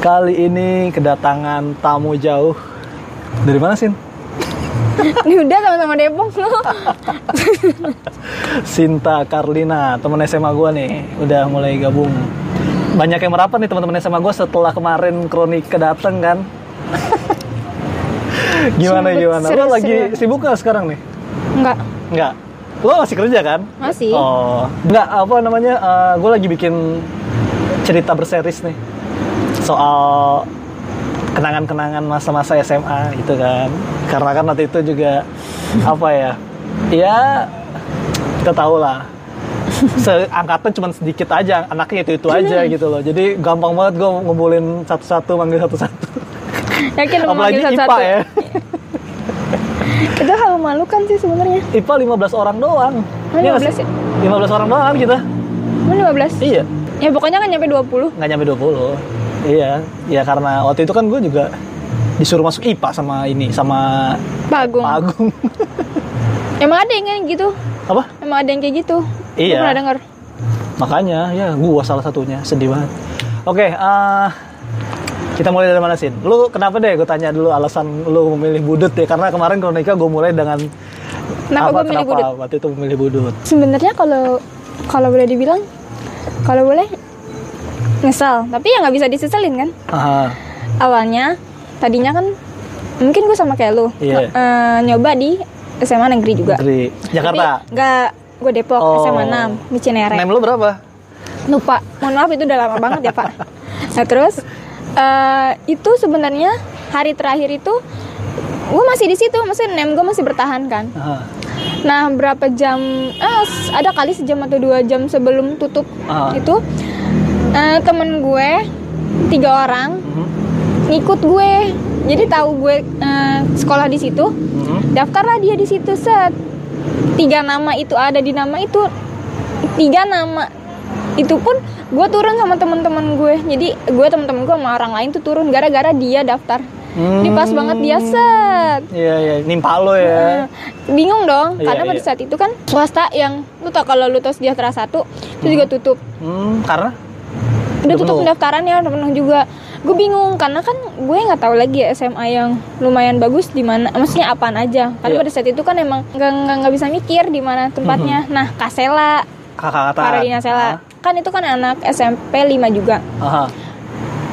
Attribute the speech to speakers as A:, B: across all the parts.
A: Kali ini kedatangan tamu jauh. Dari mana, Sin?
B: Ini udah sama-sama Depok lo.
A: Sinta Karlina, teman SMA gua nih, udah mulai gabung. Banyak yang merapat nih teman-teman SMA gua setelah kemarin kronik kedateng kan. gimana
B: Sibuk,
A: gimana? Lo
B: serius,
A: lagi
B: serius.
A: sibuk nggak sekarang nih?
B: Enggak.
A: Enggak. Lo masih kerja kan?
B: Masih.
A: Oh, enggak apa namanya? gue lagi bikin cerita berseris nih soal kenangan-kenangan masa-masa SMA gitu kan. Karena kan waktu itu juga apa ya? Ya kita tahu lah. Seangkatan cuma sedikit aja, anaknya itu itu
B: Hmm.
A: aja gitu loh. Jadi gampang banget gue ngumpulin satu-satu, manggil satu-satu.
B: Yakin lu
A: Apalagi
B: Iya, manggil
A: IPA
B: satu-satu.
A: ya.
B: Itu hal memalukan sih sebenarnya.
A: IPA 15 orang doang.
B: Oh,
A: Iya nggak
B: 15
A: sih? 15 orang doang kan kita.
B: Mana 15?
A: Iya.
B: Ya pokoknya kan nyampe 20.
A: nggak nyampe 20 iya ya karena waktu itu kan gue juga disuruh masuk IPA sama ini sama
B: Bagong.
A: Pak Agung
B: Emang ada yang kayak gitu?
A: apa
B: Emang ada yang kayak gitu? Gua
A: Iya.
B: pernah denger.
A: makanya ya gue salah satunya sedih banget oke eh, kita mulai dari mana sih lu kenapa deh gue tanya dulu alasan lu memilih budut ya karena kemarin kronika gue mulai dengan apa
B: Kenapa gua milih
A: kenapa
B: budut?
A: waktu itu memilih budut
B: Sebenarnya kalau kalau boleh dibilang kalau boleh nyesal, tapi ya nggak bisa diseselin kan?
A: Aha,
B: Awalnya tadinya kan mungkin gue sama kayak lu
A: Iya.
B: Eh, nyoba di SMA negeri juga.
A: dari Jakarta
B: Enggak, gue Depok,
A: Oh.
B: SMA 6, di Cinere.
A: nem lu berapa
B: lupa mohon maaf itu udah lama banget ya pak nah terus eh, itu sebenarnya hari terakhir itu gue masih di situ maksudnya nem gue masih bertahan kan
A: Aha,
B: nah berapa jam eh, s- ada kali sejam atau dua jam sebelum tutup
A: Ah.
B: itu eh, temen gue tiga orang
A: mhm,
B: ngikut gue jadi tahu gue eh, sekolah di situ
A: mhm.
B: daftarlah dia di situ set tiga nama itu ada di nama itu tiga nama itu pun gue turun sama teman-teman gue jadi gue teman-teman gue sama orang lain tuh turun gara-gara dia daftar Ini pas
A: Hmm.
B: banget dia set
A: iya iya nimpa lo
B: Iya.
A: ya
B: bingung dong
A: Iya,
B: karena pada
A: iya.
B: saat itu kan swasta yang lu tau kalau lu tau sejahtera satu itu juga tutup
A: hmm, karena
B: udah
A: Udah
B: tutup
A: penuh.
B: pendaftarannya udah penuh juga gue bingung karena kan gue nggak tahu lagi ya SMA yang lumayan bagus di mana maksudnya apaan aja karena
A: Iya.
B: pada saat itu kan emang nggak nggak nggak bisa mikir di mana tempatnya
A: Mm-hmm.
B: nah Kasela
A: kakak kata
B: Paradina Sela kan itu kan anak SMP 5 juga
A: Aha.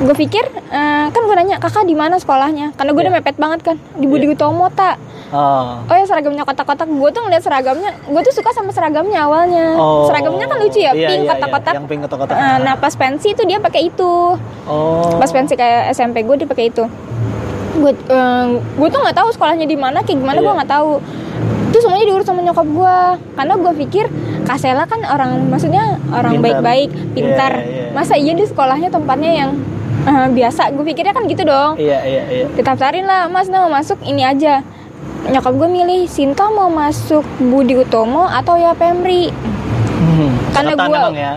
B: gue pikir eh, kan gue nanya kakak di mana sekolahnya karena gue udah
A: Iya.
B: mepet banget kan di Budi
A: Iya.
B: Utomo tak
A: Ah.
B: Oh ya seragamnya kotak-kotak, gue tuh ngeliat seragamnya, gue tuh suka sama seragamnya awalnya.
A: Oh.
B: seragamnya kan lucu ya,
A: Iya, iya,
B: pink
A: iya.
B: kotak-kotak.
A: Yang pink kotak-kotak.
B: Eh, nah pas pensi itu dia pakai itu.
A: Oh.
B: pas pensi kayak SMP gue dipakai itu gue eh, gue tuh nggak tahu sekolahnya di mana kayak gimana gue
A: Iya.
B: nggak tahu itu semuanya diurus sama nyokap gue karena gue pikir Kasela kan orang maksudnya orang
A: Pintar.
B: baik-baik pintar
A: Iya, iya, iya.
B: masa iya di sekolahnya tempatnya yang eh, biasa gue pikirnya kan gitu dong
A: Iya iya iya.
B: didaftarin lah mas nah mau masuk ini aja nyokap gue milih Sinta mau masuk Budi Utomo atau ya Pemri
A: Hmm.
B: karena
A: Catatan
B: gue
A: emang ya.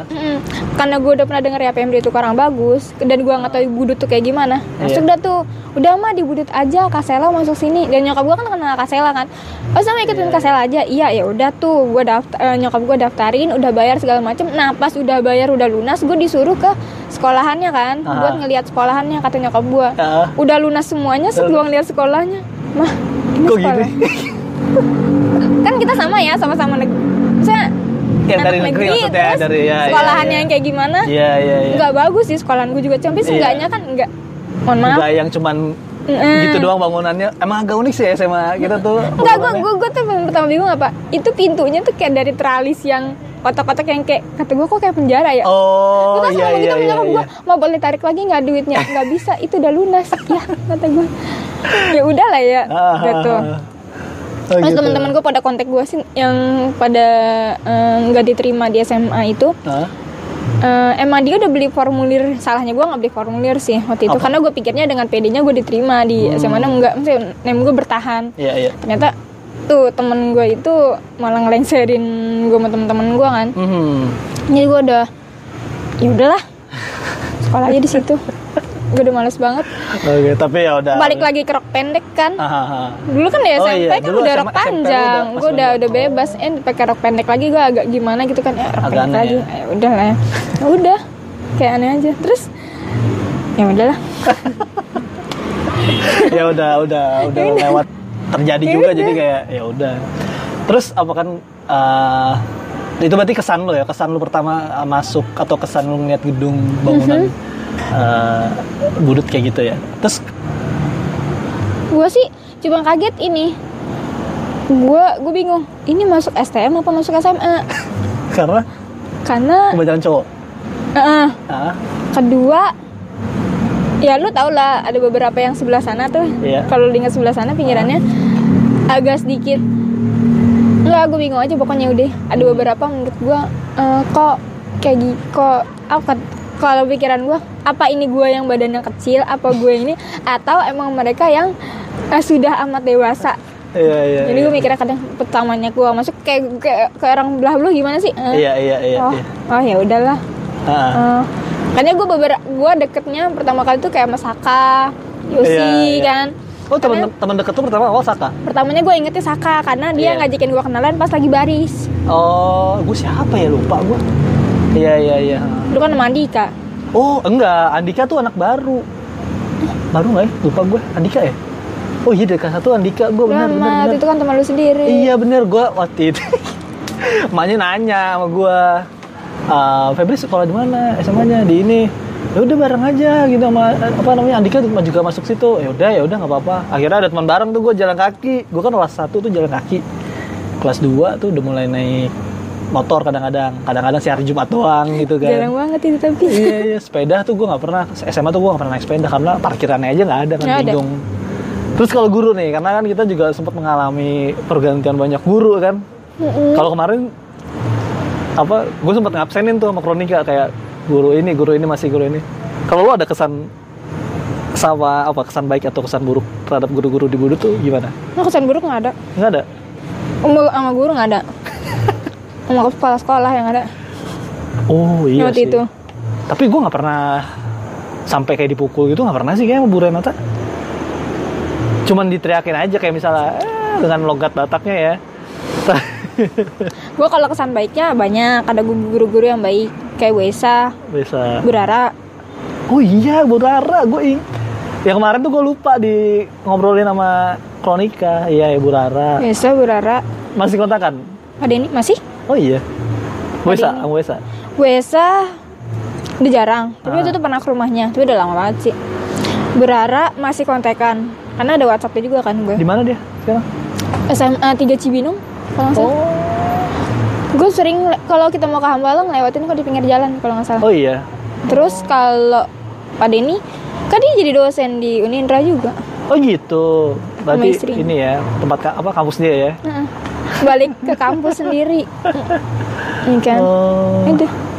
B: karena gue udah pernah denger ya PMD itu orang bagus dan gue nggak tahu budut tuh kayak gimana masuk
A: Iya.
B: dah tuh udah mah di budut aja Kasela masuk sini dan nyokap gue kan kenal Kasela kan oh sama
A: Iya.
B: ikutin Kasela aja iya ya udah tuh gue daftar eh, nyokap gue daftarin udah bayar segala macem nah pas udah bayar udah lunas gue disuruh ke sekolahannya kan
A: Ah.
B: buat ngelihat sekolahannya kata nyokap gue
A: Ah.
B: udah lunas semuanya sebelum lihat sekolahnya mah ini
A: Kok
B: sekolah
A: gini?
B: kan kita sama ya sama-sama negeri saya
A: Ya, dari negeri maksudnya,
B: terus
A: dari- ya, ya,
B: sekolahan
A: ya.
B: yang kayak gimana
A: Iya iya iya.
B: nggak bagus sih sekolahan gue juga tapi seenggaknya kan nggak mohon maaf
A: Nggak yang cuman
B: Mm-mm.
A: gitu doang bangunannya. Emang agak unik sih ya SMA kita tuh.
B: nggak gue
A: bangunannya.
B: gue gue tuh yang pertama bingung apa itu pintunya tuh kayak dari teralis yang kotak-kotak yang kayak kata gue kok kayak penjara ya
A: Oh,
B: Gue
A: iya iya
B: langsung gitu
A: iya.
B: nyokap
A: iya.
B: gue mau boleh tarik lagi nggak duitnya nggak bisa itu udah lunas ya kata gue ya udah lah ya
A: Ah,
B: gitu
A: ah, ah. Oh,
B: Terus
A: gitu.
B: teman-teman gue pada kontak gue sih yang pada eh, nggak diterima di SMA itu
A: Hah?
B: Eh, emang dia udah beli formulir salahnya gue nggak beli formulir sih waktu itu
A: Apa?
B: karena gue pikirnya dengan PD-nya gue diterima di SMA enam enggak maksudnya nem gue bertahan
A: Iya iya.
B: ternyata tuh temen gue itu malah ngelengserin gue sama temen-temen gue kan
A: Hmm.
B: jadi gue udah ya udahlah sekolah aja di situ gue udah males banget
A: Oke, tapi ya udah. Ah,
B: balik lagi ke rok pendek kan
A: Aha, aha.
B: dulu kan di
A: Oh,
B: SMP
A: iya.
B: kan
A: Dulu
B: udah
A: SMA
B: rok
A: udah Oh.
B: panjang
A: masih
B: gue udah
A: panjang.
B: udah bebas eh pakai rok pendek lagi gue agak gimana gitu kan ya rok
A: Agak
B: pendek
A: aneh
B: lagi
A: ya.
B: ya udah lah ya Ya udah kayak aneh aja terus ya udahlah
A: Ya udah, udah, udah lewat. Terjadi juga jadi kayak ya udah. Terus apa kan eh, itu berarti kesan lo ya, kesan lo pertama eh, masuk atau kesan lo ngeliat gedung
B: Mhm.
A: bangunan eh, budut kayak gitu ya. Terus
B: gue sih cuma kaget ini gue gue bingung ini masuk STM apa masuk SMA
A: karena
B: karena
A: kebanyakan cowok.
B: eh,
A: Ah,
B: kedua ya lu tau lah ada beberapa yang sebelah sana tuh
A: Iya.
B: kalau lu ingat sebelah sana pinggirannya agak sedikit nggak gue bingung aja pokoknya udah ada beberapa menurut gue eh, kok kayak gini kok apa kalau pikiran gue apa ini gue yang badannya kecil apa gue ini atau emang mereka yang eh, sudah amat dewasa
A: iya iya.
B: jadi
A: iya.
B: gue mikirnya kadang pertamanya gue masuk kayak kayak, kayak orang belah belah gimana sih Eh,
A: Iya iya iya.
B: oh,
A: iya.
B: oh ya udahlah
A: Ah,
B: Eh, makanya gue beberapa gue deketnya pertama kali tuh kayak Mas Saka, Yosi
A: Iya, iya.
B: kan.
A: Oh teman
B: Karena
A: teman deket tuh pertama awal Saka.
B: pertamanya gue ingetnya Saka karena dia
A: Iya.
B: ngajakin gue kenalan pas lagi baris.
A: Oh, gue siapa ya lupa gue. Iya iya iya.
B: Dulu kan sama Andika.
A: Oh enggak, Andika tuh anak baru. Baru nggak ya? Lupa gue. Andika ya? Oh iya dari kelas satu Andika gue
B: Lu
A: benar
B: sama
A: benar.
B: waktu
A: benar.
B: itu kan teman lu sendiri.
A: Iya benar gue waktu itu. Maknya nanya sama gue. "Ah, Febri sekolah di mana? SMA-nya di ini. Ya udah bareng aja gitu sama apa namanya Andika juga masuk situ. Ya udah ya udah nggak apa-apa. Akhirnya ada teman bareng tuh gue jalan kaki. Gue kan kelas satu tuh jalan kaki. Kelas 2 tuh udah mulai naik motor kadang-kadang. Kadang-kadang si hari Jumat doang gitu kan
B: Jarang banget itu tapi.
A: iya iya sepeda tuh gue nggak pernah SMA tuh gue nggak pernah naik sepeda karena parkirannya aja nggak ada kan
B: Nggak ada.
A: bingung terus kalau guru nih karena kan kita juga sempat mengalami pergantian banyak guru kan
B: Mm-mm.
A: kalau kemarin apa gue sempat ngabsenin tuh sama kronika kayak guru ini guru ini masih guru ini kalau lo ada kesan sama apa kesan baik atau kesan buruk terhadap guru-guru di Budu tuh gimana
B: Nah, kesan buruk nggak ada.
A: nggak ada
B: Sama, sama guru nggak ada. sama kepala sekolah yang ada.
A: oh iya
B: waktu
A: sih
B: itu.
A: tapi gue nggak pernah sampai kayak dipukul gitu nggak pernah sih kayak sama Bu Renata cuman diteriakin aja kayak misalnya "Eh," dengan logat Bataknya ya
B: Gue kalau kesan baiknya banyak. Ada guru-guru yang baik kayak Wesa,
A: bisa
B: Berara.
A: oh iya Bu Rara gue ing ya kemarin tuh gue lupa di ngobrolin sama Kronika iya ya Bu Rara
B: Wesa, Berara.
A: masih kontakan
B: Ada ini masih?
A: oh iya Wesa,
B: Ada ini.
A: sama Wesa.
B: Wesa udah jarang, tapi
A: Ah.
B: waktu itu pernah ke rumahnya, tapi udah lama banget sih. Berara masih kontekan, karena ada WhatsAppnya juga kan gue.
A: Di mana dia sekarang?
B: SMA 3 Cibinong, kalau nggak salah. Gue sering le- kalau kita mau ke Hambalang lewatin kok di pinggir jalan kalau nggak salah.
A: Oh iya.
B: Terus kalau Pak Denny, kan dia jadi dosen di Unindra juga.
A: Oh gitu. Berarti
B: istri.
A: ini ya tempat ka- apa kampus dia ya?
B: Heeh. Balik ke kampus sendiri. Iya kan?
A: Oh.
B: Udah.